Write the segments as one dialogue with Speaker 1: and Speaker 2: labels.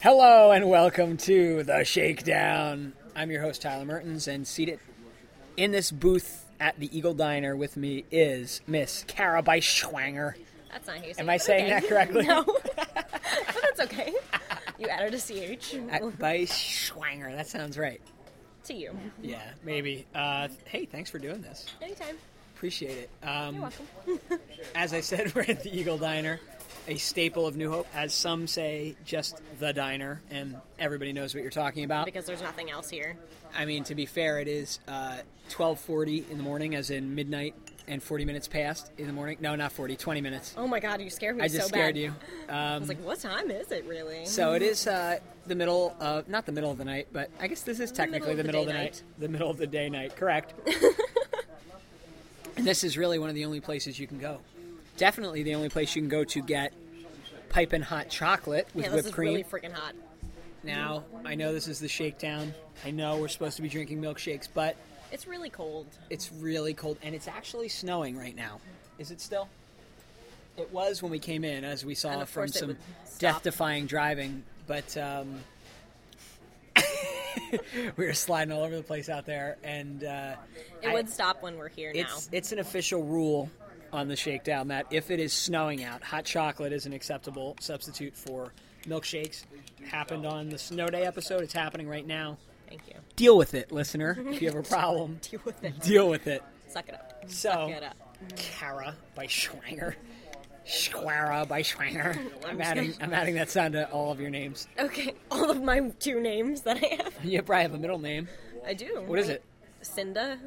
Speaker 1: Hello and welcome to the Shakedown. I'm your host Tyler Mertens, and seated in this booth at the Eagle Diner with me is Miss Cara Beischwanger.
Speaker 2: That's not how you say
Speaker 1: Am
Speaker 2: it,
Speaker 1: I
Speaker 2: but
Speaker 1: saying
Speaker 2: okay.
Speaker 1: that correctly?
Speaker 2: No. but that's okay. You added a CH
Speaker 1: At Beischwanger. That sounds right.
Speaker 2: to you.
Speaker 1: Yeah, maybe. Uh, hey, thanks for doing this.
Speaker 2: Anytime.
Speaker 1: Appreciate it.
Speaker 2: You're
Speaker 1: Um,
Speaker 2: welcome.
Speaker 1: as I said, we're at the Eagle Diner, a staple of New Hope, as some say, just the diner, and everybody knows what you're talking about.
Speaker 2: Because there's nothing else here.
Speaker 1: I mean, to be fair, it is uh, 12.40 in the morning, as in midnight and 40 minutes past in the morning. No, not 40, 20 minutes.
Speaker 2: Oh my god, you scared me
Speaker 1: I
Speaker 2: so
Speaker 1: just
Speaker 2: bad.
Speaker 1: scared you. Uh,
Speaker 2: I was like, what time is it really?
Speaker 1: So it is uh, the middle of, not the middle of the night, but I guess this is technically the middle,
Speaker 2: middle
Speaker 1: of
Speaker 2: of
Speaker 1: the,
Speaker 2: the day
Speaker 1: night. The middle of the day night, correct. and this is really one of the only places you can go. Definitely the only place you can go to get piping hot chocolate with
Speaker 2: yeah, this
Speaker 1: whipped
Speaker 2: is
Speaker 1: cream.
Speaker 2: really freaking hot.
Speaker 1: now, I know this is the shakedown. I know we're supposed to be drinking milkshakes, but
Speaker 2: It's really cold.
Speaker 1: It's really cold, and it's actually snowing right now. Is it still? It was when we came in, as we
Speaker 2: And
Speaker 1: saw
Speaker 2: of
Speaker 1: from
Speaker 2: course it
Speaker 1: some
Speaker 2: would stop.
Speaker 1: death-defying driving. But um, we were sliding all over the place out there, and uh,
Speaker 2: It
Speaker 1: I-
Speaker 2: would stop when we're here now.
Speaker 1: it's it's an official rule on the shakedown that if it is snowing out, hot chocolate is an acceptable substitute for milkshakes. Happened on the snow day episode. It's happening right now.
Speaker 2: Thank you.
Speaker 1: Deal with it, listener. If you have a problem,
Speaker 2: Deal with it.
Speaker 1: deal Oh. with it.
Speaker 2: Suck it up.
Speaker 1: So,
Speaker 2: Suck it up.
Speaker 1: Cara by Schwanger. Schwara by Schwanger. I'm
Speaker 2: I'm
Speaker 1: adding, I'm adding that sound to all of your names.
Speaker 2: Okay, all of my two names that I have.
Speaker 1: You probably have a middle name.
Speaker 2: I do.
Speaker 1: What is it?
Speaker 2: Cinda.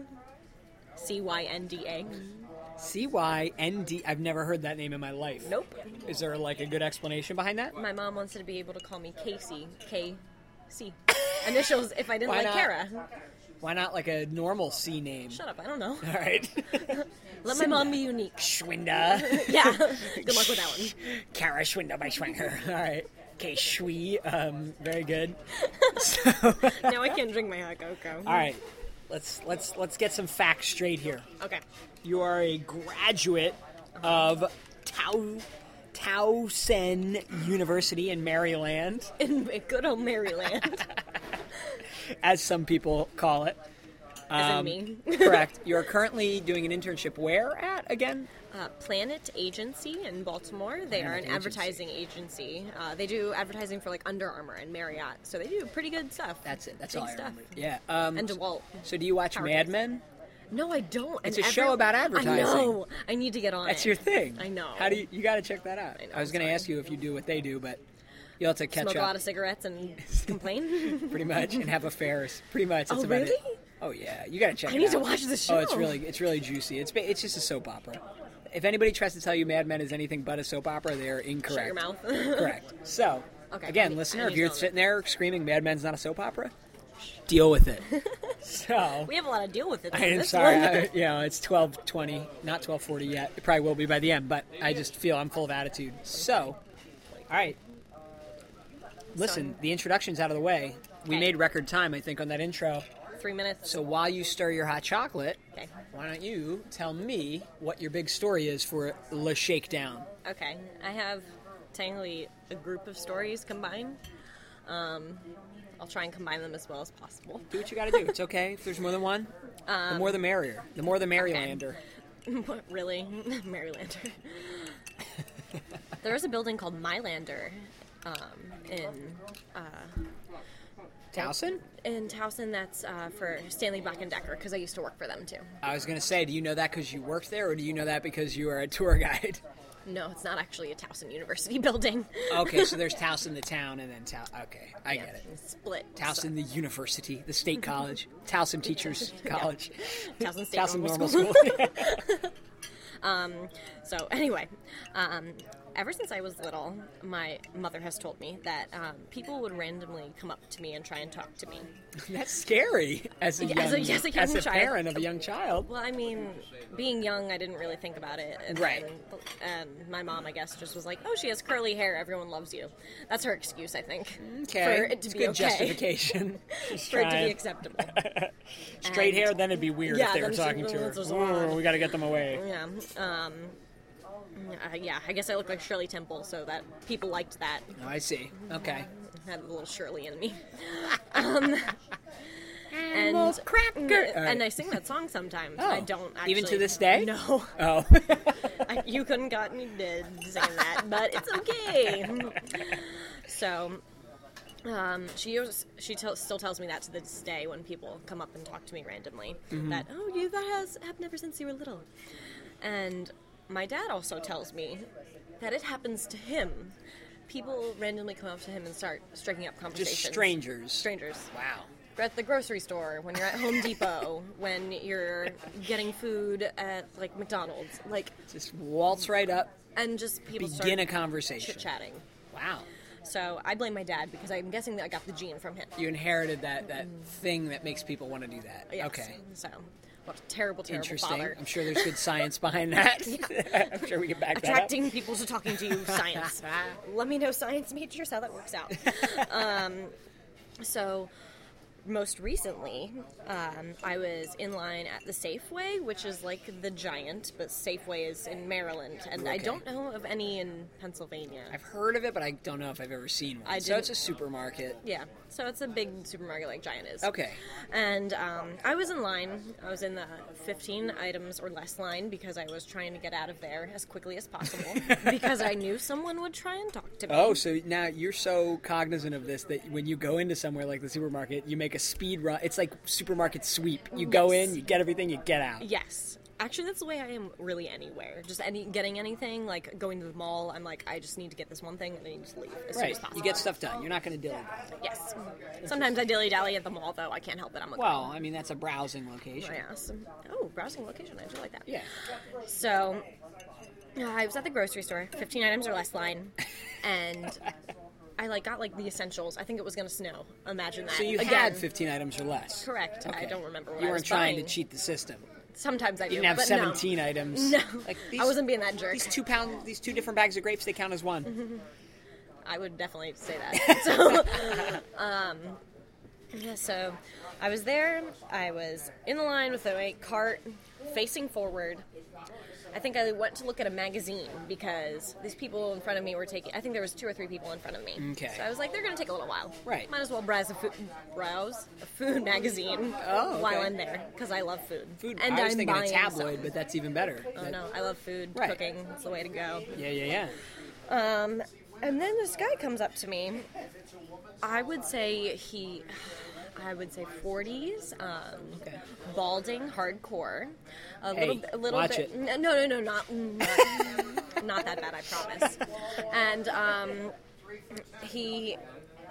Speaker 2: C Y N D A.
Speaker 1: C Y N D. I've never heard that name in my life.
Speaker 2: Nope.
Speaker 1: Is there like a good explanation behind that?
Speaker 2: My mom wants to be able to call me Casey, K C. Initials if I didn't
Speaker 1: Why
Speaker 2: like
Speaker 1: not?
Speaker 2: Kara.
Speaker 1: Why not like a normal C name?
Speaker 2: Shut up, I don't know.
Speaker 1: All right.
Speaker 2: Let my mom be unique.
Speaker 1: Schwinda.
Speaker 2: Yeah. Good luck with that one.
Speaker 1: Cara Schwinda by Schwanger. All right. Okay, Shui. Um, very good. So, all
Speaker 2: Now I can drink my hot cocoa.
Speaker 1: right. Let's let's let's get some facts straight here.
Speaker 2: Okay.
Speaker 1: You are a graduate of Tau Towson University in Maryland,
Speaker 2: In good old Maryland.
Speaker 1: as some people call it.
Speaker 2: As in
Speaker 1: Um,
Speaker 2: me.
Speaker 1: Correct. You are currently doing an internship where at again?
Speaker 2: Uh, Planet Agency in Baltimore. They are
Speaker 1: Planet
Speaker 2: an
Speaker 1: Agency.
Speaker 2: advertising agency. Uh, they do advertising for like Under Armour and Marriott. So they do pretty good stuff.
Speaker 1: That's it. That's
Speaker 2: Big
Speaker 1: all I
Speaker 2: stuff.
Speaker 1: remember. Yeah. Um,
Speaker 2: And DeWalt.
Speaker 1: so do you watch
Speaker 2: Power
Speaker 1: Mad
Speaker 2: Tools.
Speaker 1: Men?
Speaker 2: No, I don't.
Speaker 1: It's
Speaker 2: And
Speaker 1: a show about
Speaker 2: I
Speaker 1: advertising.
Speaker 2: know. I need to get on
Speaker 1: That's
Speaker 2: it.
Speaker 1: your thing.
Speaker 2: I know.
Speaker 1: How do you? You got to check that out.
Speaker 2: know,
Speaker 1: I was
Speaker 2: I'm
Speaker 1: going to
Speaker 2: sorry.
Speaker 1: ask you if you do what they do, but you'll have to catch
Speaker 2: Smoke a
Speaker 1: up
Speaker 2: lot of cigarettes and complain.
Speaker 1: pretty much and have affairs. Pretty much. That's
Speaker 2: Oh,
Speaker 1: about it.
Speaker 2: really?
Speaker 1: Oh yeah, you got to check.
Speaker 2: I
Speaker 1: it
Speaker 2: need to
Speaker 1: out.
Speaker 2: watch this
Speaker 1: Oh, it's
Speaker 2: show.
Speaker 1: really it's really juicy. It's ba- it's just a soap opera. If anybody tries to tell you Mad Men is anything but a soap opera, they are incorrect.
Speaker 2: your mouth.
Speaker 1: Correct. So,
Speaker 2: Okay, I
Speaker 1: again,
Speaker 2: need- I
Speaker 1: listener,
Speaker 2: need
Speaker 1: if you're
Speaker 2: to know
Speaker 1: sitting there screaming Mad Men's not a soap opera, deal with it. so,
Speaker 2: We have a lot of deal with it.
Speaker 1: I am
Speaker 2: This
Speaker 1: sorry.
Speaker 2: one-
Speaker 1: I, you know, it's 12:20, not 12:40 yet. It probably will be by the end, but I just feel I'm full of attitude. So, all right. Listen, the introduction's out of the way. We
Speaker 2: Okay.
Speaker 1: made record time, I think, on that intro.
Speaker 2: Three minutes.
Speaker 1: So while you stir your hot chocolate,
Speaker 2: Okay.
Speaker 1: why don't you tell me what your big story is for Le Shakedown?
Speaker 2: Okay. I have technically a group of stories combined. Um, I'll try and combine them as well as possible.
Speaker 1: Do what you got to do. It's okay if there's more than one.
Speaker 2: Um,
Speaker 1: the more the merrier. The more the Marylander.
Speaker 2: What, really? Marylander. there is a building called Mylander um, in
Speaker 1: Towson?
Speaker 2: in Towson that's uh, for Stanley Black and Decker because I used to work for them too.
Speaker 1: I was going to say, do you know that because you worked there or do you know that because you are a tour guide?
Speaker 2: No, it's not actually a Towson University building.
Speaker 1: okay, so there's Towson the town and then Towson. Okay, I get it.
Speaker 2: It's Split.
Speaker 1: Towson the university, the state college, Towson Teachers College,
Speaker 2: Towson State
Speaker 1: Towson Normal
Speaker 2: Normal School.
Speaker 1: School.
Speaker 2: So anyway, um, ever since I was little, my mother has told me that um, people would randomly come up to me and try and talk to me.
Speaker 1: That's scary as a young,
Speaker 2: As a- as a young
Speaker 1: as a
Speaker 2: child.
Speaker 1: parent of a young child.
Speaker 2: Well, I mean, being young, I didn't really think about it. And,
Speaker 1: Right.
Speaker 2: And, and my mom, I guess, just was like, "Oh, she has curly hair. Everyone loves you." That's her excuse, I think,
Speaker 1: Okay,
Speaker 2: for it to
Speaker 1: it's
Speaker 2: be
Speaker 1: good
Speaker 2: okay.
Speaker 1: justification. She's
Speaker 2: for it to
Speaker 1: trying.
Speaker 2: be acceptable.
Speaker 1: Straight
Speaker 2: And-
Speaker 1: hair, then it'd be weird
Speaker 2: Yeah,
Speaker 1: if they were
Speaker 2: then she-
Speaker 1: talking to her.
Speaker 2: this was
Speaker 1: "Ooh,
Speaker 2: odd."
Speaker 1: we got to get them away.
Speaker 2: yeah. Um, uh, yeah. I guess I look like Shirley Temple, so that people liked that.
Speaker 1: I Oh, see. Okay.
Speaker 2: had a little Shirley in me. um, and cracker. And I sing that song sometimes. I don't actually,
Speaker 1: Oh. Even to this day?
Speaker 2: No,
Speaker 1: Oh,
Speaker 2: I, you couldn't got me to sing that, but it's okay. So. Um, she always, she tell, still tells me that to this day when people come up and talk to me randomly
Speaker 1: Mm-hmm.
Speaker 2: that oh you that has happened ever since you were little, and my dad also tells me that it happens to him. People randomly come up to him and start striking up conversations.
Speaker 1: just strangers.
Speaker 2: Strangers
Speaker 1: Wow.
Speaker 2: at the grocery store, when you're at Home Depot, when you're getting food at like McDonald's, like
Speaker 1: Just waltz right up,
Speaker 2: and just people
Speaker 1: begin a
Speaker 2: start
Speaker 1: conversation.
Speaker 2: chit chatting.
Speaker 1: Wow.
Speaker 2: So I blame my dad because I'm guessing that I got the gene from him.
Speaker 1: You inherited that, that thing that makes people want to do that.
Speaker 2: Yes.
Speaker 1: Okay.
Speaker 2: So what a terrible, terrible
Speaker 1: Interesting.
Speaker 2: father.
Speaker 1: I'm sure there's good science behind that. I'm sure we can back that up.
Speaker 2: Attracting people to talking to you, science. Let me know, science majors, how that works out. um, so, most recently, um, I was in line at the Safeway, which is like the giant, but Safeway is in Maryland, and I
Speaker 1: Okay.
Speaker 2: don't know of any in Pennsylvania.
Speaker 1: I've heard of it, but I don't know if I've ever seen one.
Speaker 2: I
Speaker 1: so it's a
Speaker 2: didn't-
Speaker 1: supermarket.
Speaker 2: yeah, so it's a big supermarket like Giant is.
Speaker 1: Okay.
Speaker 2: And um, I was in line. I was in the 15 items or less line because I was trying to get out of there as quickly as possible because I knew someone would try and talk to me.
Speaker 1: Oh, so now you're so cognizant of this that when you go into somewhere like the supermarket, you make a speed run. It's like supermarket sweep. You go
Speaker 2: Yes.
Speaker 1: in, you get everything, you get out.
Speaker 2: Yes. Actually, that's the way I am really anywhere. Just any getting anything, like going to the mall, I'm like, I just need to get this one thing and I need to leave as soon
Speaker 1: Right.
Speaker 2: as possible.
Speaker 1: You get stuff done. You're not going to dilly dally.
Speaker 2: Yes. Sometimes I dilly dally at the mall, though. I can't help it. I'm a
Speaker 1: Well, I mean, that's a browsing location.
Speaker 2: my ass. Oh, browsing location. I do like that.
Speaker 1: Yeah.
Speaker 2: So uh, I was at the grocery store, 15 items or less line, and I like got like the essentials. I think it was gonna snow. Imagine that.
Speaker 1: So you
Speaker 2: Again,
Speaker 1: had 15 items or less.
Speaker 2: Correct. I don't remember what
Speaker 1: you
Speaker 2: I
Speaker 1: weren't
Speaker 2: was
Speaker 1: trying
Speaker 2: buying.
Speaker 1: to cheat the system.
Speaker 2: Sometimes I do.
Speaker 1: You didn't have
Speaker 2: but
Speaker 1: 17
Speaker 2: No.
Speaker 1: items.
Speaker 2: No,
Speaker 1: Like these,
Speaker 2: I wasn't being that jerk.
Speaker 1: These two pound, these two different bags of grapes, they count as one.
Speaker 2: Mm-hmm. I would definitely say that. So, um, yeah, so I was there. I was in the line with my cart, facing forward. I think I went to look at a magazine because these people in front of me were taking. I think there was two or three people in front of me.
Speaker 1: Okay.
Speaker 2: So I was like, they're going to take a little while.
Speaker 1: Right.
Speaker 2: Might as well browse a food, browse a food magazine
Speaker 1: Oh, okay.
Speaker 2: while I'm there because I love food.
Speaker 1: Food.
Speaker 2: And
Speaker 1: I was
Speaker 2: am
Speaker 1: thinking a
Speaker 2: buying
Speaker 1: tabloid,
Speaker 2: stuff.
Speaker 1: but that's even better.
Speaker 2: Oh
Speaker 1: That-
Speaker 2: no, I love food.
Speaker 1: Right.
Speaker 2: Cooking. That's the way to go.
Speaker 1: Yeah, yeah, yeah.
Speaker 2: And then this guy comes up to me. I would say he, I would say 40s, um,
Speaker 1: Okay.
Speaker 2: balding, hardcore. A
Speaker 1: Hey,
Speaker 2: little, a little
Speaker 1: watch it.
Speaker 2: bit. n- No, no, no, not, not, not that bad. I promise. And um, he,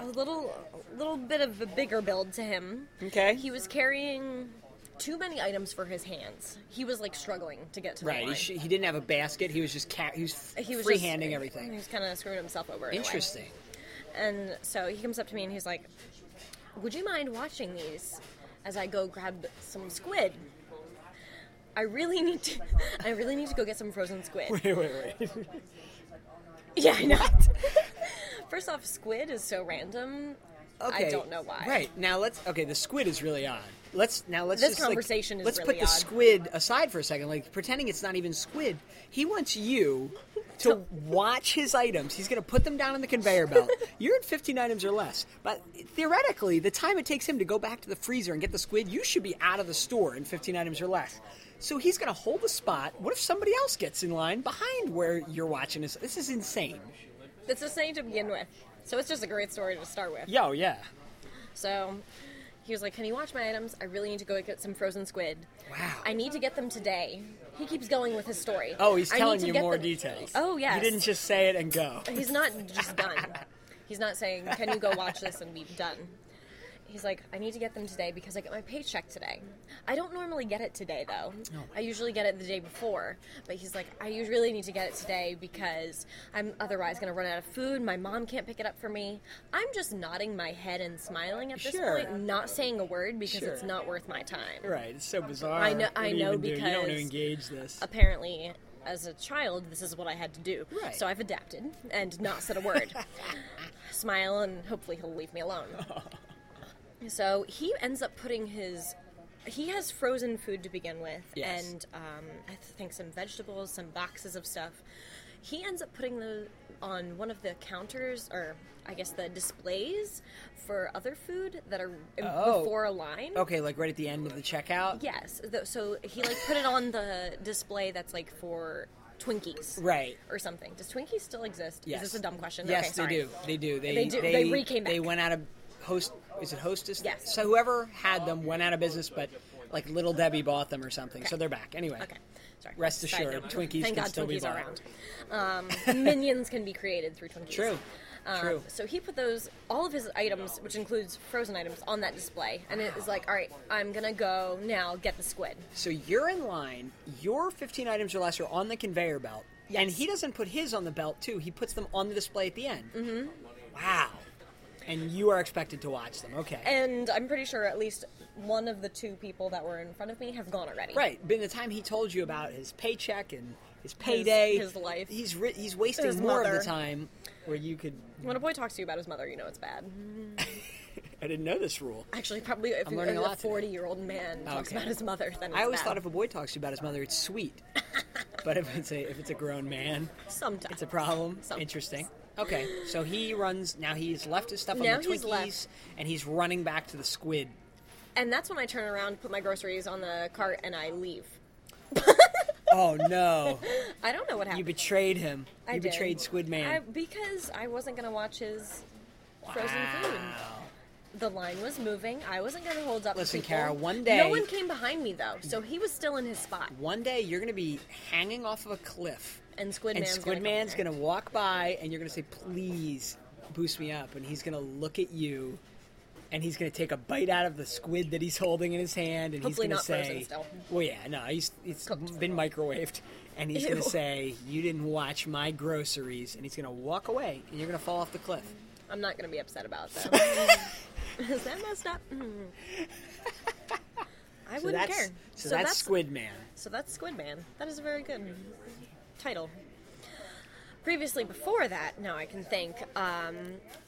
Speaker 2: a little, a little bit of a bigger build to him.
Speaker 1: Okay.
Speaker 2: He was carrying too many items for his hands. He was like struggling to get to the
Speaker 1: Right. He,
Speaker 2: line.
Speaker 1: sh- he didn't have a basket. He was just ca- he was,
Speaker 2: He was
Speaker 1: free
Speaker 2: just- Oh,
Speaker 1: handing
Speaker 2: He
Speaker 1: everything.
Speaker 2: was kind of screwing himself over. in a way.
Speaker 1: Interesting.
Speaker 2: And so he comes up to me and he's like, Would you mind watching these as I go grab some squid? I really need to I really need to go get some frozen squid.
Speaker 1: Wait, wait, wait.
Speaker 2: Yeah, I know. First off, squid is so random.
Speaker 1: Okay.
Speaker 2: I don't know why.
Speaker 1: Right now, let's. Okay, the squid is really on. Let's now let's
Speaker 2: This
Speaker 1: just, like,
Speaker 2: conversation is
Speaker 1: let's
Speaker 2: really
Speaker 1: put the
Speaker 2: odd.
Speaker 1: squid aside for a second. Like pretending it's not even squid. He wants you to watch his items. He's going to put them down on the conveyor belt. You're at 15 items or less. But theoretically, the time it takes him to go back to the freezer and get the squid, you should be out of the store in 15 items or less. So he's going to hold the spot. What if somebody else gets in line behind where you're watching this? This is insane.
Speaker 2: It's the same to begin with. So it's just a great story to start with.
Speaker 1: Yo, yeah.
Speaker 2: So he was like, Can you watch my items? I really need to go get some frozen squid.
Speaker 1: Wow.
Speaker 2: I need to get them today. He keeps going with his story.
Speaker 1: Oh, he's
Speaker 2: "I need
Speaker 1: telling
Speaker 2: to
Speaker 1: you
Speaker 2: get
Speaker 1: more
Speaker 2: them-"
Speaker 1: details.
Speaker 2: Oh, yes.
Speaker 1: He didn't just say it and go.
Speaker 2: He's not just done. He's not saying, "Can you go watch this and be done?" He's like, "I need to get them today because I get my paycheck today. I don't normally get it today though. I usually get it the day before." But he's like, "I us- really need to get it today because I'm otherwise going to run out of food. My mom can't pick it up for me." I'm just nodding my head and smiling at this
Speaker 1: Sure.
Speaker 2: point, not saying a word because
Speaker 1: Sure.
Speaker 2: it's not worth my time.
Speaker 1: Right, it's so bizarre.
Speaker 2: I know-
Speaker 1: What do
Speaker 2: I
Speaker 1: you
Speaker 2: know
Speaker 1: even do? you don't want to
Speaker 2: because-
Speaker 1: engage this.
Speaker 2: apparently as a child this is what i had to do
Speaker 1: Right.
Speaker 2: so i've adapted and not said a word smile and hopefully he'll leave me alone so he ends up putting his he has frozen food to begin with
Speaker 1: Yes.
Speaker 2: and um, i think some vegetables some boxes of stuff He ends up putting the on one of the counters, or I guess the displays for other food that are
Speaker 1: Oh.
Speaker 2: before a line.
Speaker 1: Okay, like right at the end of the checkout.
Speaker 2: Yes. th- So he like put it on the display that's like for Twinkies.
Speaker 1: Right.
Speaker 2: Or something. Does Twinkies still exist?
Speaker 1: Yes.
Speaker 2: Is this a dumb question?
Speaker 1: Yes,
Speaker 2: okay,
Speaker 1: they
Speaker 2: sorry.
Speaker 1: do. They do. They
Speaker 2: They do. They re-came
Speaker 1: They
Speaker 2: back.
Speaker 1: went out of host. Is it hostess?
Speaker 2: Yes.
Speaker 1: So whoever had them went out of business, but like Little Debbie bought them or something. So they're back anyway.
Speaker 2: Okay. Sorry.
Speaker 1: Rest
Speaker 2: Side
Speaker 1: assured,
Speaker 2: note.
Speaker 1: Twinkies
Speaker 2: Thank
Speaker 1: can
Speaker 2: God
Speaker 1: still be
Speaker 2: Twinkies are
Speaker 1: bought.
Speaker 2: around. Um, minions can be created through Twinkies.
Speaker 1: True.
Speaker 2: Um,
Speaker 1: True.
Speaker 2: So he put those all of his items, which includes frozen items, on that display, and it is like, all right, I'm gonna go now get the squid.
Speaker 1: So you're in line. Your 15 items or less are on the conveyor belt, and
Speaker 2: Yes.
Speaker 1: he doesn't put his on the belt too. He puts them on the display at the end. Mm-hmm. Wow. And you are expected to watch them. Okay.
Speaker 2: And I'm pretty sure at least one of the two people that were in front of me have gone already.
Speaker 1: Right. But in the time he told you about his paycheck and his payday,
Speaker 2: his life.
Speaker 1: he's ri- he's wasting
Speaker 2: His
Speaker 1: more of
Speaker 2: mother.
Speaker 1: the time where you could.
Speaker 2: When a boy talks to you about his mother, you know it's bad.
Speaker 1: I didn't know this rule.
Speaker 2: Actually, probably if you-
Speaker 1: learning a
Speaker 2: if a
Speaker 1: lot today. Oh,
Speaker 2: 40 year old man talks
Speaker 1: Okay.
Speaker 2: about his mother, then it's
Speaker 1: I always
Speaker 2: bad.
Speaker 1: thought if a boy talks to you about his mother, it's sweet. but if it's a if it's a grown man,
Speaker 2: sometimes
Speaker 1: it's a problem.
Speaker 2: Sometimes.
Speaker 1: Interesting. Okay, so he runs now. He's left his stuff
Speaker 2: Now
Speaker 1: on the
Speaker 2: he's
Speaker 1: Twinkies,
Speaker 2: left.
Speaker 1: and he's running back to the squid.
Speaker 2: And that's when I turn around, put my groceries on the cart, and I leave.
Speaker 1: Oh no!
Speaker 2: I don't know what
Speaker 1: you
Speaker 2: happened.
Speaker 1: betrayed him.
Speaker 2: I
Speaker 1: you
Speaker 2: did.
Speaker 1: betrayed Squid
Speaker 2: I,
Speaker 1: Man.
Speaker 2: because I wasn't going to watch his frozen food.
Speaker 1: Wow.
Speaker 2: The line was moving. I wasn't going to hold up. to
Speaker 1: Listen,
Speaker 2: people.
Speaker 1: Kara, one
Speaker 2: No
Speaker 1: day-
Speaker 2: one came behind me, though, so he was still in his spot.
Speaker 1: One day you're gonna be hanging off of a cliff,
Speaker 2: And Squid
Speaker 1: and
Speaker 2: Man's
Speaker 1: Squid
Speaker 2: gonna come
Speaker 1: Man's
Speaker 2: there.
Speaker 1: gonna walk by, and you're gonna say, "Please boost me up," and he's gonna look at you, and he's gonna take a bite out of the squid that he's holding in his hand, and
Speaker 2: Hopefully
Speaker 1: he's
Speaker 2: not
Speaker 1: gonna
Speaker 2: frozen
Speaker 1: say,
Speaker 2: still.
Speaker 1: "Well, yeah, no, he's it's been microwaved," and he's
Speaker 2: Ew.
Speaker 1: gonna say, "You didn't watch my groceries," and he's gonna walk away, and you're gonna fall off the cliff.
Speaker 2: I'm not going to be upset about that. Is that messed up? Mm. I
Speaker 1: So
Speaker 2: wouldn't
Speaker 1: that's
Speaker 2: care.
Speaker 1: so, that's, Squid Man.
Speaker 2: So that's Squid Man. That is a very good title. Previously, before that, now I can think. Um,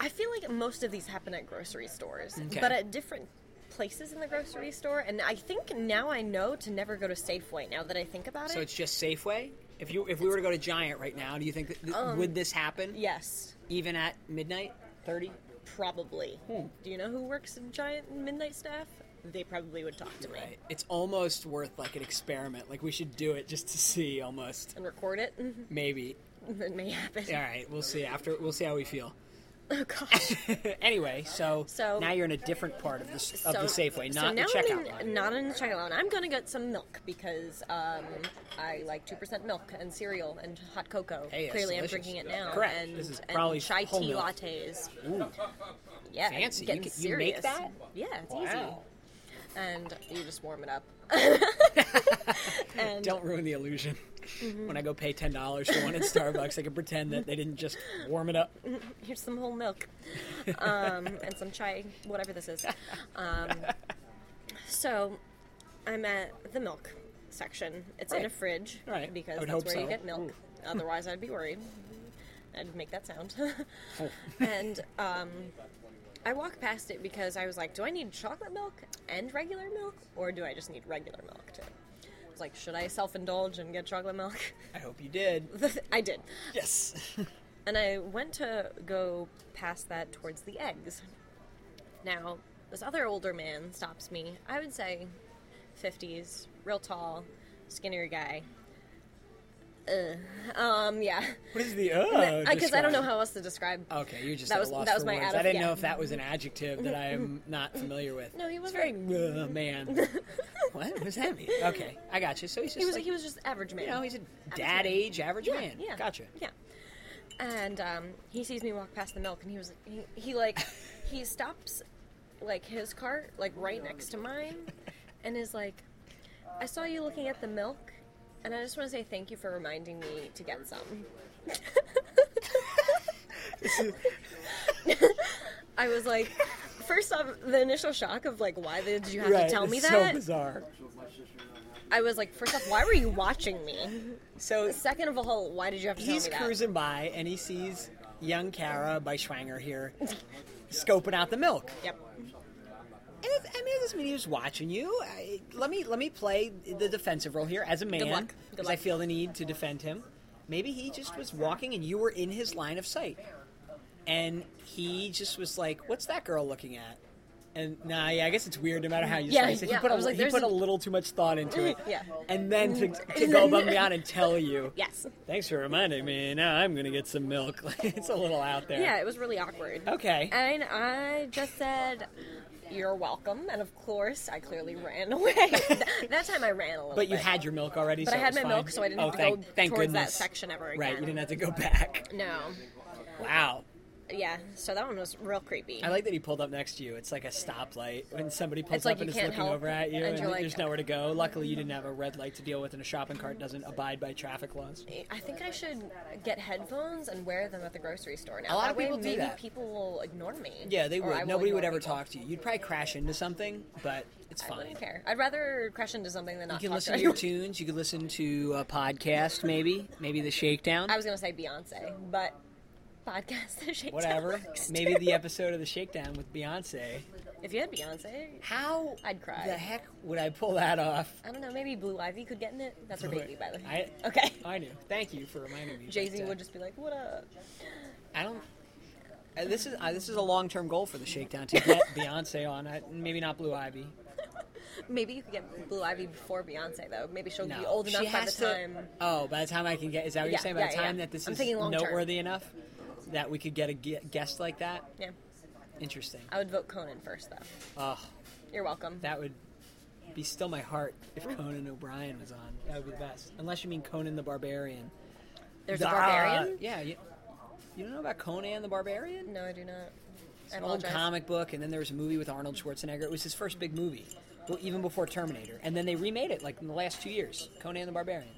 Speaker 2: I feel like most of these happen at grocery stores,
Speaker 1: Okay.
Speaker 2: but at different places in the grocery store. And I think now I know to never go to Safeway. Now that I think about
Speaker 1: So
Speaker 2: it,
Speaker 1: it's just Safeway. If you if we were to go to Giant right now, do you think that, th-
Speaker 2: Um,
Speaker 1: would this happen?
Speaker 2: yes,
Speaker 1: Even at midnight, thirty.
Speaker 2: probably.
Speaker 1: Hmm.
Speaker 2: Do you know who works in Giant and Midnight Staff? They probably would talk to me
Speaker 1: Right. It's almost worth like an experiment. Like we should do it just to see almost.
Speaker 2: and record it.
Speaker 1: Maybe.
Speaker 2: it may happen.
Speaker 1: All right, we'll see after we'll see how we feel.
Speaker 2: Oh gosh.
Speaker 1: anyway, so,
Speaker 2: So-
Speaker 1: now you're in a different part of the s- of the Safeway,
Speaker 2: so
Speaker 1: not the
Speaker 2: now
Speaker 1: checkout
Speaker 2: I'm in,
Speaker 1: line.
Speaker 2: Not in the checkout line. I'm gonna get some milk because um, I like two percent milk and cereal and hot cocoa.
Speaker 1: Hey, that's
Speaker 2: Clearly, I'm
Speaker 1: delicious.
Speaker 2: drinking it now.
Speaker 1: Correct.
Speaker 2: And,
Speaker 1: This is
Speaker 2: and
Speaker 1: probably
Speaker 2: chai
Speaker 1: whole
Speaker 2: tea
Speaker 1: milk.
Speaker 2: lattes.
Speaker 1: Ooh.
Speaker 2: Yeah,
Speaker 1: Fancy. You
Speaker 2: Getting
Speaker 1: can- you
Speaker 2: serious.
Speaker 1: make that?
Speaker 2: Yeah, it's
Speaker 1: Wow.
Speaker 2: easy. And you just warm it up. and
Speaker 1: Don't ruin the illusion.
Speaker 2: Mm-hmm.
Speaker 1: When I go pay ten dollars for one at Starbucks, I can pretend that they didn't just warm it up.
Speaker 2: Mm-hmm. here's some whole milk um, and some chai, whatever this is. Um, so I'm at the milk section. It's in a
Speaker 1: Right.
Speaker 2: fridge
Speaker 1: Right. I
Speaker 2: because
Speaker 1: would
Speaker 2: that's
Speaker 1: hope
Speaker 2: where you
Speaker 1: so.
Speaker 2: get milk. Otherwise, I'd be worried. I'd make that sound.
Speaker 1: Oh.
Speaker 2: and um, I walk past it because I was like, do I need chocolate milk and regular milk, or do I just need regular milk too? I was like, should I self indulge and get chocolate milk?
Speaker 1: I hope you did.
Speaker 2: I did.
Speaker 1: Yes.
Speaker 2: And I went to go past that towards the eggs. Now, this other older man stops me. I would say 50s, real tall, skinnier guy. Ugh. Um, yeah.
Speaker 1: What is the uh?
Speaker 2: Because I don't know
Speaker 1: describe?
Speaker 2: how else to describe.
Speaker 1: Okay, you're just at
Speaker 2: That
Speaker 1: a
Speaker 2: was-
Speaker 1: loss
Speaker 2: that was
Speaker 1: for
Speaker 2: my
Speaker 1: words.
Speaker 2: out
Speaker 1: I
Speaker 2: of-
Speaker 1: didn't
Speaker 2: yeah.
Speaker 1: know if that was an adjective that I am not familiar with.
Speaker 2: No, he
Speaker 1: It's
Speaker 2: wasn't.
Speaker 1: very uh, man. what? What does that mean? Okay, I got you. So he's just
Speaker 2: He was,
Speaker 1: like,
Speaker 2: he was just average man.
Speaker 1: you know, he's a
Speaker 2: Average
Speaker 1: dad
Speaker 2: man.
Speaker 1: age average man.
Speaker 2: Yeah.
Speaker 1: Gotcha.
Speaker 2: Yeah. And um, he sees me walk past the milk, and he was he, he like he stops like his cart like right next to mine, and is like, "I saw you looking at the milk, and I just want to say thank you for reminding me to get some." I was like, first off, the initial shock of like, why did you have
Speaker 1: right.
Speaker 2: to tell me
Speaker 1: it's
Speaker 2: that?
Speaker 1: So bizarre.
Speaker 2: I was like, first off, why were you watching me?
Speaker 1: So
Speaker 2: Second of all, why did you have to
Speaker 1: he's
Speaker 2: tell me that?
Speaker 1: cruising by and he sees young Kara by Schwanger here, scoping out the milk.
Speaker 2: Yep.
Speaker 1: And it's, I mean, it doesn't mean he was watching you. I, let me let me play the defensive role here as a man,
Speaker 2: luck. Good
Speaker 1: because I
Speaker 2: luck.
Speaker 1: feel the need to defend him. Maybe he just was walking and you were in his line of sight. And he just was like, What's that girl looking at? And nah, yeah, I guess it's weird no matter how you
Speaker 2: Yeah,
Speaker 1: slice it.
Speaker 2: yeah,
Speaker 1: He put,
Speaker 2: I
Speaker 1: a,
Speaker 2: was like,
Speaker 1: he
Speaker 2: there's
Speaker 1: put a
Speaker 2: a-
Speaker 1: little too much thought into it.
Speaker 2: Yeah.
Speaker 1: And then to, to go above and beyond and tell you,
Speaker 2: Yes.
Speaker 1: Thanks for reminding me. Now I'm going to get some milk. Like, it's a little out there.
Speaker 2: Yeah, it was really awkward.
Speaker 1: Okay.
Speaker 2: And I just said, "You're welcome," and of course, I clearly ran away. Th- that time I ran a little.
Speaker 1: But you
Speaker 2: bit.
Speaker 1: had your milk already,
Speaker 2: But
Speaker 1: so
Speaker 2: I
Speaker 1: it
Speaker 2: had
Speaker 1: was
Speaker 2: my
Speaker 1: fine.
Speaker 2: milk, so I didn't
Speaker 1: oh,
Speaker 2: have to
Speaker 1: thank,
Speaker 2: go
Speaker 1: thank
Speaker 2: towards that
Speaker 1: goodness.
Speaker 2: section ever
Speaker 1: Right,
Speaker 2: again.
Speaker 1: you didn't have to go back.
Speaker 2: No.
Speaker 1: Wow.
Speaker 2: Yeah. So that one was real creepy.
Speaker 1: I like that he pulled up next to you. It's like a stoplight when somebody pulls
Speaker 2: It's
Speaker 1: up
Speaker 2: like you
Speaker 1: and is
Speaker 2: can't
Speaker 1: looking
Speaker 2: help,
Speaker 1: over at you,
Speaker 2: and
Speaker 1: and,
Speaker 2: you're like- "Mm-hmm."
Speaker 1: there's nowhere to go. Luckily, you didn't have a red light to deal with, and a shopping cart doesn't abide by traffic laws.
Speaker 2: I think I should get headphones and wear them at the grocery store
Speaker 1: A
Speaker 2: now.
Speaker 1: lot
Speaker 2: that
Speaker 1: of
Speaker 2: way,
Speaker 1: people do
Speaker 2: maybe
Speaker 1: that.
Speaker 2: people will ignore me.
Speaker 1: Yeah, they
Speaker 2: or I
Speaker 1: would.
Speaker 2: will
Speaker 1: Nobody would
Speaker 2: ignore
Speaker 1: ever
Speaker 2: people.
Speaker 1: talk to you. You'd probably crash into something, but it's
Speaker 2: I
Speaker 1: fine.
Speaker 2: wouldn't care. I'd rather crash into something than
Speaker 1: You
Speaker 2: not
Speaker 1: can
Speaker 2: talk
Speaker 1: listen
Speaker 2: to
Speaker 1: to your
Speaker 2: anyone.
Speaker 1: tunes. You can listen to a podcast, maybe, maybe the Shakedown,
Speaker 2: I was gonna say Beyonce, but podcast the Shakedown
Speaker 1: whatever.
Speaker 2: works,
Speaker 1: Maybe
Speaker 2: too.
Speaker 1: the episode of the Shakedown with Beyonce.
Speaker 2: If you had Beyonce,
Speaker 1: How
Speaker 2: I'd cry.
Speaker 1: The heck would I pull that off?
Speaker 2: I don't know. Maybe Blue Ivy could get in it. That's her baby, by the way.
Speaker 1: I-
Speaker 2: okay.
Speaker 1: I knew. Thank you for reminding me.
Speaker 2: Jay Z
Speaker 1: but, uh,
Speaker 2: would just be like, "What up?"
Speaker 1: I don't. uh, This is uh, this is a long term goal for the Shakedown to get Beyonce on. I, maybe not Blue Ivy.
Speaker 2: Maybe you could get Blue Ivy before Beyonce, though. Maybe she'll
Speaker 1: No,
Speaker 2: be old enough
Speaker 1: she
Speaker 2: by the
Speaker 1: has to-
Speaker 2: time.
Speaker 1: Oh, by the time I can get is that what you're
Speaker 2: Yeah,
Speaker 1: saying? By
Speaker 2: yeah,
Speaker 1: the time
Speaker 2: yeah.
Speaker 1: that this
Speaker 2: I'm
Speaker 1: is
Speaker 2: thinking long term.
Speaker 1: noteworthy enough that we could get a gu- guest like that.
Speaker 2: Yeah,
Speaker 1: Interesting.
Speaker 2: I would vote Conan first, though.
Speaker 1: Oh,
Speaker 2: You're welcome.
Speaker 1: that would be still my heart if Conan O'Brien was on. That would be the best. Unless you mean Conan the Barbarian.
Speaker 2: There's
Speaker 1: Ah,
Speaker 2: a barbarian.
Speaker 1: Yeah. You, you don't know about Conan the Barbarian?
Speaker 2: No, I do not. I
Speaker 1: an old
Speaker 2: apologize.
Speaker 1: comic book, and then there was a movie with Arnold Schwarzenegger. It was his first big movie, well, even before Terminator. And then they remade it like in the last two years, Conan the Barbarian.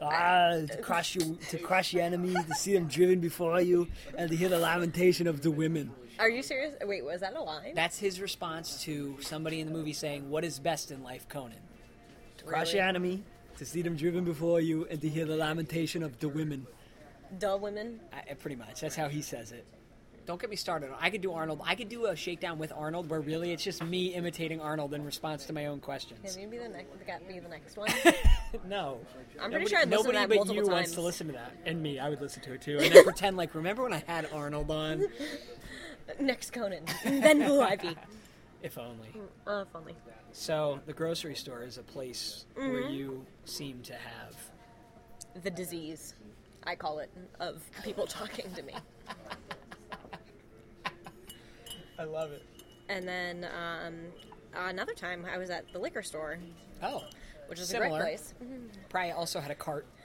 Speaker 1: Ah, to crush you, to crush your enemy, to see them driven before you, and to hear the lamentation of the women.
Speaker 2: Are you serious? Wait, was that a line?
Speaker 1: That's his response to somebody in the movie saying, "What is best in life, Conan? To crush
Speaker 2: Really?
Speaker 1: your enemy, to see them driven before you, and to hear the lamentation of the women."
Speaker 2: Dull women.
Speaker 1: I, pretty much. That's how he says it. Don't get me started. I could do Arnold. I could do a shakedown with Arnold, where really it's just me imitating Arnold in response to my own questions.
Speaker 2: Can you be the next? Got be the next one.
Speaker 1: No,
Speaker 2: I'm
Speaker 1: nobody,
Speaker 2: pretty sure I listened to
Speaker 1: nobody
Speaker 2: that
Speaker 1: but
Speaker 2: multiple
Speaker 1: you wants
Speaker 2: times.
Speaker 1: to listen to that, and me. I would listen to it too, and then pretend like remember when I had Arnold on?
Speaker 2: next Conan, then Blue Ivy.
Speaker 1: If only.
Speaker 2: Oh, if only.
Speaker 1: So the grocery store is a place where
Speaker 2: Mm-hmm.
Speaker 1: you seem to have.
Speaker 2: The disease, I call it, of people talking to me.
Speaker 1: I love it.
Speaker 2: And then um, another time, I was at the liquor store,
Speaker 1: Oh,
Speaker 2: which is a
Speaker 1: Similar.
Speaker 2: great place.
Speaker 1: probably also had a cart.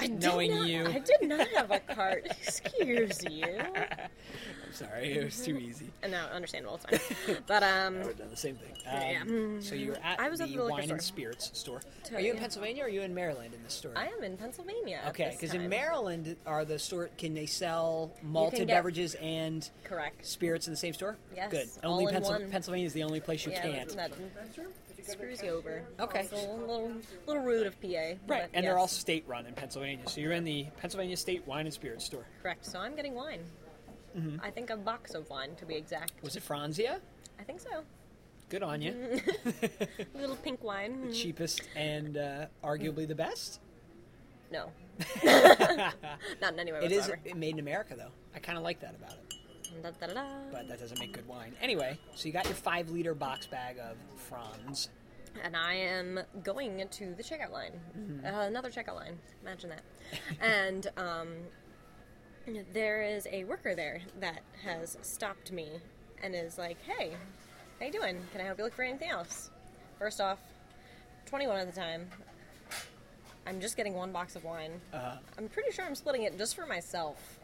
Speaker 2: I did
Speaker 1: Knowing
Speaker 2: not-
Speaker 1: you.
Speaker 2: I did not have a cart. Excuse you.
Speaker 1: I'm sorry, it was too easy.
Speaker 2: And No, understandable. It's fine. But um,
Speaker 1: I've done the same thing.
Speaker 2: Yeah. Mm.
Speaker 1: Um, So you were at
Speaker 2: I was
Speaker 1: the,
Speaker 2: at the liquor
Speaker 1: wine and
Speaker 2: store.
Speaker 1: spirits store.
Speaker 2: Totally.
Speaker 1: Are you in Pennsylvania or are you in Maryland in this store?
Speaker 2: I am in Pennsylvania. at
Speaker 1: Okay,
Speaker 2: this
Speaker 1: because in
Speaker 2: time.
Speaker 1: Maryland are the store can they sell malted
Speaker 2: get-
Speaker 1: beverages and
Speaker 2: correct.
Speaker 1: spirits in the same store?
Speaker 2: Yes,
Speaker 1: Good.
Speaker 2: all
Speaker 1: Only
Speaker 2: in
Speaker 1: Pennsylvania
Speaker 2: one.
Speaker 1: Pennsylvania is the only place you
Speaker 2: Yeah,
Speaker 1: can't.
Speaker 2: that screws you over.
Speaker 1: Okay.
Speaker 2: It's a little, little, little rude of PA. Right,
Speaker 1: Right, and they're all state run in Pennsylvania. So you're in the Pennsylvania State Wine and Spirits store.
Speaker 2: correct. So I'm getting wine.
Speaker 1: Mm-hmm.
Speaker 2: I think a box of wine to be exact.
Speaker 1: Was it Franzia?
Speaker 2: I think so.
Speaker 1: Good on you.
Speaker 2: Little pink wine.
Speaker 1: Cheapest and uh, arguably the best.
Speaker 2: No. Not in any way
Speaker 1: It is
Speaker 2: whatsoever.
Speaker 1: it made in America though. I kind of like that about it.
Speaker 2: Da, da, da, da.
Speaker 1: but that doesn't make good wine. Anyway, so you got your five liter box bag of Franz.
Speaker 2: And I am going to the checkout line. Uh, another checkout line. Imagine that. and um, there is a worker there that has stopped me and is like, "Hey, how you doing? Can I help you look for anything else?" First off, 21 at the time. I'm just getting one box of wine. I'm pretty sure I'm splitting it just for myself.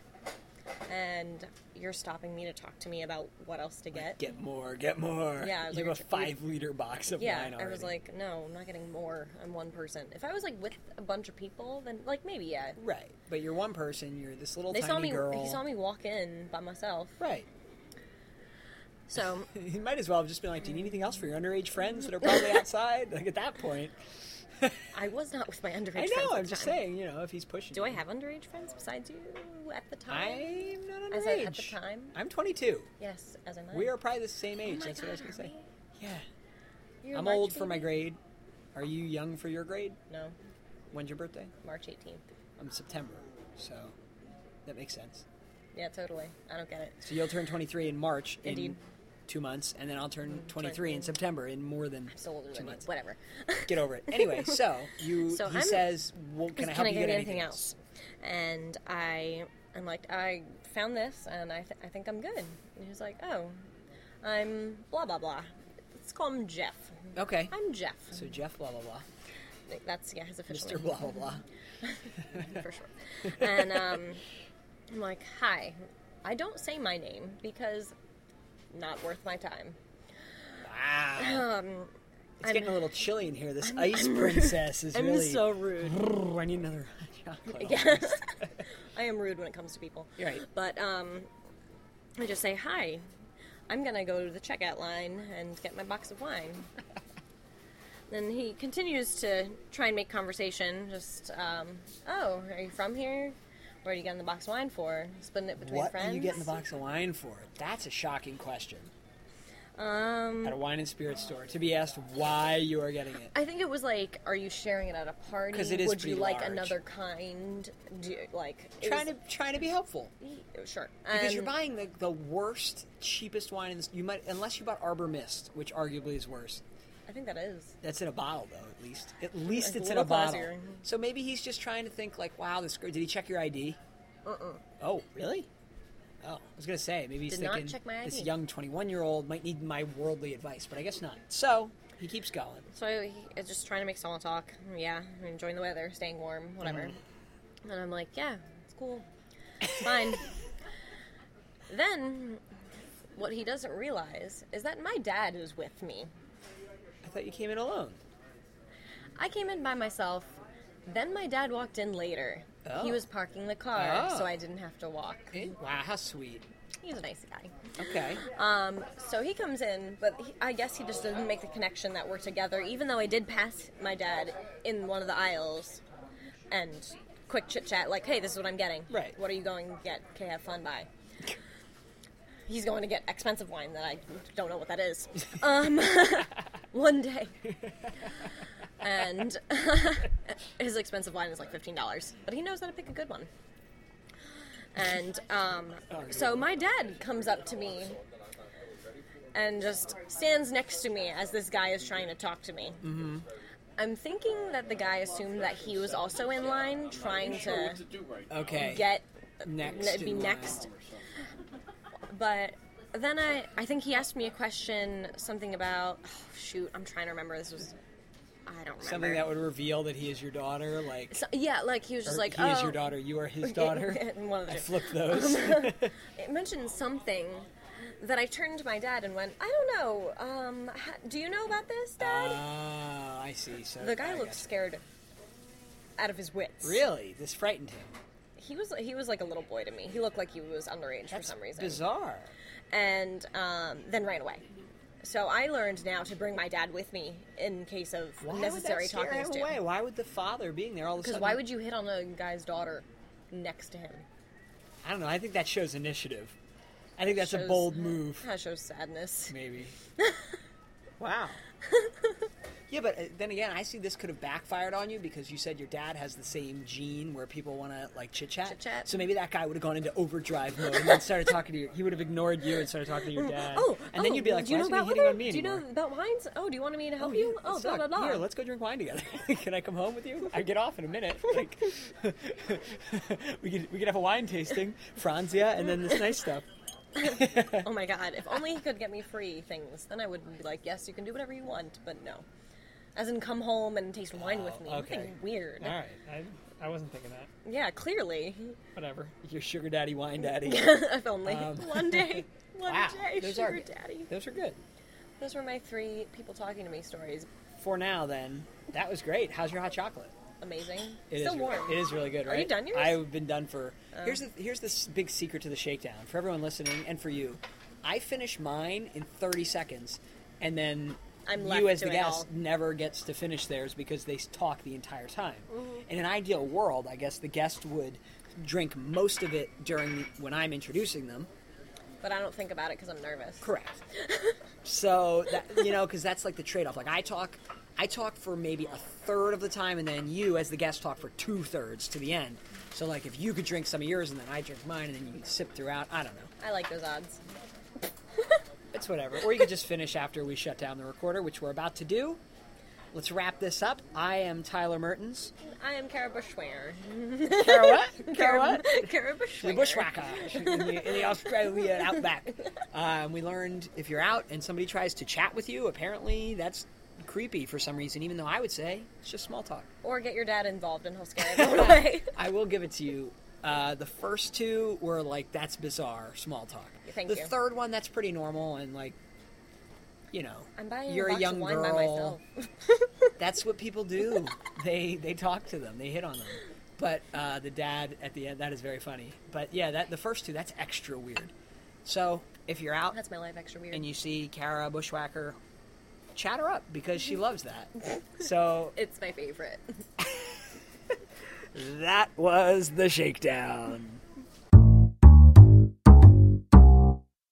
Speaker 2: And you're stopping me to talk to me about what else to get.
Speaker 1: Get more, get more.
Speaker 2: Eh? Yeah, I was
Speaker 1: you
Speaker 2: like,
Speaker 1: have a five liter box of
Speaker 2: Yeah,
Speaker 1: wine already.
Speaker 2: I was like, no, I'm not getting more. I'm one person. If I was like with a bunch of people, then like maybe yeah.
Speaker 1: right, but you're one person. You're this little
Speaker 2: They
Speaker 1: tiny
Speaker 2: saw me.
Speaker 1: girl.
Speaker 2: He saw me walk in by myself.
Speaker 1: Right.
Speaker 2: So
Speaker 1: He might as well have just been like, "Do you need anything else for your underage friends that are probably outside?" Like at that point,
Speaker 2: I was not with my underage.
Speaker 1: I
Speaker 2: friends at
Speaker 1: know.
Speaker 2: the
Speaker 1: I'm just
Speaker 2: time.
Speaker 1: saying, you know, if he's pushing.
Speaker 2: Do I
Speaker 1: you.
Speaker 2: have underage friends besides you at the time?
Speaker 1: I'm not underage.
Speaker 2: As at- at the time?
Speaker 1: I'm 22.
Speaker 2: yes, as am I.
Speaker 1: We are probably the same age.
Speaker 2: my
Speaker 1: That's what I was
Speaker 2: God,
Speaker 1: gonna say.
Speaker 2: are
Speaker 1: Yeah,
Speaker 2: You're a
Speaker 1: I'm
Speaker 2: March
Speaker 1: old for my
Speaker 2: baby?
Speaker 1: grade. Are you young for your grade?
Speaker 2: No,
Speaker 1: When's your birthday?
Speaker 2: March 18th.
Speaker 1: I'm September, so that makes sense.
Speaker 2: Yeah, totally. I don't get it.
Speaker 1: So you'll turn 23 in March
Speaker 2: Indeed.
Speaker 1: in two months, and then I'll turn 23
Speaker 2: 23.
Speaker 1: in September in more than
Speaker 2: So older
Speaker 1: two
Speaker 2: than you.
Speaker 1: months.
Speaker 2: Whatever.
Speaker 1: Get over it. Anyway, so you
Speaker 2: So
Speaker 1: he
Speaker 2: I'm-
Speaker 1: says, well, "Can I help you
Speaker 2: get
Speaker 1: get anything
Speaker 2: else? And I, I'm like, I found this, and I, th- I think I'm good. And he was like, oh, I'm blah blah blah. Let's call him Jeff.
Speaker 1: Okay.
Speaker 2: I'm Jeff.
Speaker 1: So Jeff, blah blah blah,
Speaker 2: That's yeah, his official
Speaker 1: Mr.
Speaker 2: name.
Speaker 1: Blah blah blah.
Speaker 2: for sure. And um, I'm like, hi. I don't say my name because not worth my time.
Speaker 1: Wow. it's
Speaker 2: Um, I'm-
Speaker 1: getting a little chilly in here. This ice princess is
Speaker 2: I'm
Speaker 1: really.
Speaker 2: so rude.
Speaker 1: Brrr, I need another hot chocolate.
Speaker 2: Yes. I am rude when it comes to people.
Speaker 1: You're right.
Speaker 2: But um, I just say, hi. I'm going to go to the checkout line and get my box of wine. Then he continues to try and make conversation. Just, um, oh, are you from here? Where are you getting the box of wine for? Splitting it between
Speaker 1: What
Speaker 2: friends?
Speaker 1: are you getting the box of wine for? That's a shocking question.
Speaker 2: Um,
Speaker 1: At a wine and spirit store, to be asked why you are getting it.
Speaker 2: I think it was like, are you sharing it at a party?
Speaker 1: 'Cause it is
Speaker 2: Would you
Speaker 1: pretty
Speaker 2: like
Speaker 1: large.
Speaker 2: another kind? Do you, like it
Speaker 1: Trying
Speaker 2: was- e,
Speaker 1: to trying to be helpful.
Speaker 2: sure Um,
Speaker 1: Because you're
Speaker 2: And-
Speaker 1: buying the, the worst, cheapest wine. In this, you might, unless you bought Arbor Mist, which arguably is worse.
Speaker 2: I think that is.
Speaker 1: That's in a bottle, though. At least, at least
Speaker 2: Like,
Speaker 1: it's
Speaker 2: a
Speaker 1: in a
Speaker 2: little
Speaker 1: bottle.
Speaker 2: classier. mm-hmm.
Speaker 1: So maybe he's just trying to think, like, wow, this. girl- Did he check your ID?
Speaker 2: Uh-uh.
Speaker 1: Uh. uh Oh, really? Oh, I was gonna say maybe he's
Speaker 2: Did not
Speaker 1: thinking
Speaker 2: check my
Speaker 1: this
Speaker 2: ID.
Speaker 1: young 21 year old might need my worldly advice, but I guess not. So he keeps going.
Speaker 2: So I, he- it's just trying to make small talk. Yeah, I'm enjoying the weather, staying warm, whatever.
Speaker 1: Mm-hmm.
Speaker 2: And I'm like, yeah, it's cool, it's fine. then, what he doesn't realize is that my dad is with me.
Speaker 1: I thought you came in alone.
Speaker 2: I came in by myself. Then my dad walked in later.
Speaker 1: Oh.
Speaker 2: He was parking the car,
Speaker 1: Oh.
Speaker 2: so I didn't have to walk.
Speaker 1: Wow, how sweet.
Speaker 2: He's a nice guy.
Speaker 1: Okay.
Speaker 2: Um, so he comes in, but he, I guess he just doesn't make the connection that we're together, even though I did pass my dad in one of the aisles and quick chit chat, like, hey, this is what I'm getting.
Speaker 1: Right.
Speaker 2: What are you going to get? Okay, have fun, bye. He's going to get expensive wine that I don't know what that is. Um, one day. And his expensive wine is like $15, but he knows how to pick a good one. And um, so my dad comes up to me and just stands next to me as this guy is trying to talk to me. Mm-hmm. I'm thinking that the guy assumed that he was also in line trying to
Speaker 1: Okay.
Speaker 2: get
Speaker 1: Next
Speaker 2: be
Speaker 1: in line.
Speaker 2: next. But then I I think he asked me a question something about oh, shoot I'm trying to remember this was I don't remember
Speaker 1: something that would reveal that he is your daughter, like.
Speaker 2: So- yeah like he was just
Speaker 1: or
Speaker 2: like
Speaker 1: he
Speaker 2: oh
Speaker 1: is your daughter, you are his daughter.
Speaker 2: One of the
Speaker 1: I
Speaker 2: two.
Speaker 1: flipped those.
Speaker 2: it mentioned something that I turned to my dad and went I don't know um ha- do you know about this dad
Speaker 1: Ah, I see. So
Speaker 2: the guy
Speaker 1: I
Speaker 2: looked
Speaker 1: guess-
Speaker 2: scared out of his wits
Speaker 1: Really, this frightened him.
Speaker 2: he was he was like a little boy to me he looked like he was underage for
Speaker 1: That's
Speaker 2: some reason
Speaker 1: bizarre.
Speaker 2: and um, then ran away. So I learned now to bring my dad with me in case of
Speaker 1: Why would
Speaker 2: necessary
Speaker 1: that scare
Speaker 2: talking
Speaker 1: him away?
Speaker 2: to.
Speaker 1: Why would the father being there all of a
Speaker 2: Because
Speaker 1: sudden?
Speaker 2: why would you hit on a guy's daughter next to him?
Speaker 1: I don't know. I think that shows initiative. I think that's a
Speaker 2: Shows-
Speaker 1: bold move.
Speaker 2: That shows sadness.
Speaker 1: Maybe. wow. yeah, but uh, then again, I see this could have backfired on you because you said your dad has the same gene where people want to like chit chat.
Speaker 2: Chit-chat.
Speaker 1: So maybe that guy would have gone into overdrive mode and then started talking to you. He would have ignored you and started talking to your dad.
Speaker 2: Oh,
Speaker 1: and then
Speaker 2: oh,
Speaker 1: you'd be like,
Speaker 2: do you
Speaker 1: "Why
Speaker 2: know
Speaker 1: isn't he
Speaker 2: about
Speaker 1: hitting
Speaker 2: weather?
Speaker 1: on me
Speaker 2: Do you
Speaker 1: anymore?"
Speaker 2: know about wines? Oh, do you want me to help
Speaker 1: Oh,
Speaker 2: you?
Speaker 1: yeah,
Speaker 2: Oh,
Speaker 1: let's
Speaker 2: blah blah
Speaker 1: talk.
Speaker 2: blah.
Speaker 1: Here, let's go drink wine together. Can I come home with you? I get off in a minute. Like, we could we could have a wine tasting, Franzia, and then this nice stuff.
Speaker 2: oh my god! If only he could get me free things, then I would be like, yes, you can do whatever you want. But no, as in come home and taste wine with me.
Speaker 3: okay.
Speaker 2: Nothing weird.
Speaker 3: All right, I, I wasn't thinking that.
Speaker 2: Yeah, clearly.
Speaker 3: Whatever.
Speaker 1: Your sugar daddy, wine daddy.
Speaker 2: if only
Speaker 1: Um,
Speaker 2: one day. One
Speaker 1: wow,
Speaker 2: day,
Speaker 1: those
Speaker 2: sugar
Speaker 1: are good.
Speaker 2: daddy.
Speaker 1: Those are good.
Speaker 2: Those were my three people talking to me stories.
Speaker 1: For now, then, that was great. How's your hot chocolate?
Speaker 2: Amazing.
Speaker 1: It is
Speaker 2: Still
Speaker 1: re-
Speaker 2: warm.
Speaker 1: It is really good,
Speaker 2: Are
Speaker 1: right?
Speaker 2: you done Oh. yours?
Speaker 1: I've been done for. Here's the here's the s- big secret to the shakedown for everyone listening and for you. I finish mine in 30 seconds, and then
Speaker 2: I'm left
Speaker 1: you as the
Speaker 2: doing
Speaker 1: guest
Speaker 2: all.
Speaker 1: never gets to finish theirs because they s- talk the entire time. In an ideal world, I guess the guest would drink most of it during the, when I'm introducing them.
Speaker 2: But I don't think about it because I'm nervous.
Speaker 1: Correct. so that you know, because that's like the trade-off. Like I talk, I talk for maybe a third of the time, and then you, as the guest, talk for two thirds to the end. So, like, if you could drink some of yours, and then I drink mine, and then you could sip throughout. I don't know.
Speaker 2: I like those odds.
Speaker 1: It's whatever. Or you could just finish after we shut down the recorder, which we're about to do. Let's wrap this up. I am Tyler Mertens.
Speaker 2: I am Cara Bushwanger.
Speaker 1: Kara what? Kara what?
Speaker 2: Cara Bushwanger.
Speaker 1: The bushwhacker in the, in the Australian outback. Um, we learned if you're out and somebody tries to chat with you, apparently that's creepy for some reason, even though I would say it's just small talk.
Speaker 2: Or get your dad involved and he'll scare everyone away.
Speaker 1: I will give it to you. Uh, the first two were like, that's bizarre, small talk.
Speaker 2: Thank
Speaker 1: the
Speaker 2: you.
Speaker 1: third one, that's pretty normal and like, you know,
Speaker 2: I'm buying
Speaker 1: you're
Speaker 2: a, box
Speaker 1: a young
Speaker 2: of wine
Speaker 1: girl.
Speaker 2: by myself.
Speaker 1: That's what people do. they they talk to them. They hit on them. But uh, the dad at the end, that is very funny. But yeah, that the first two, that's extra weird. So if you're out
Speaker 2: That's my life extra weird.
Speaker 1: and you see Kara Bushwhacker, chat her up because she loves that. So
Speaker 2: it's my favorite.
Speaker 1: that was the shakedown.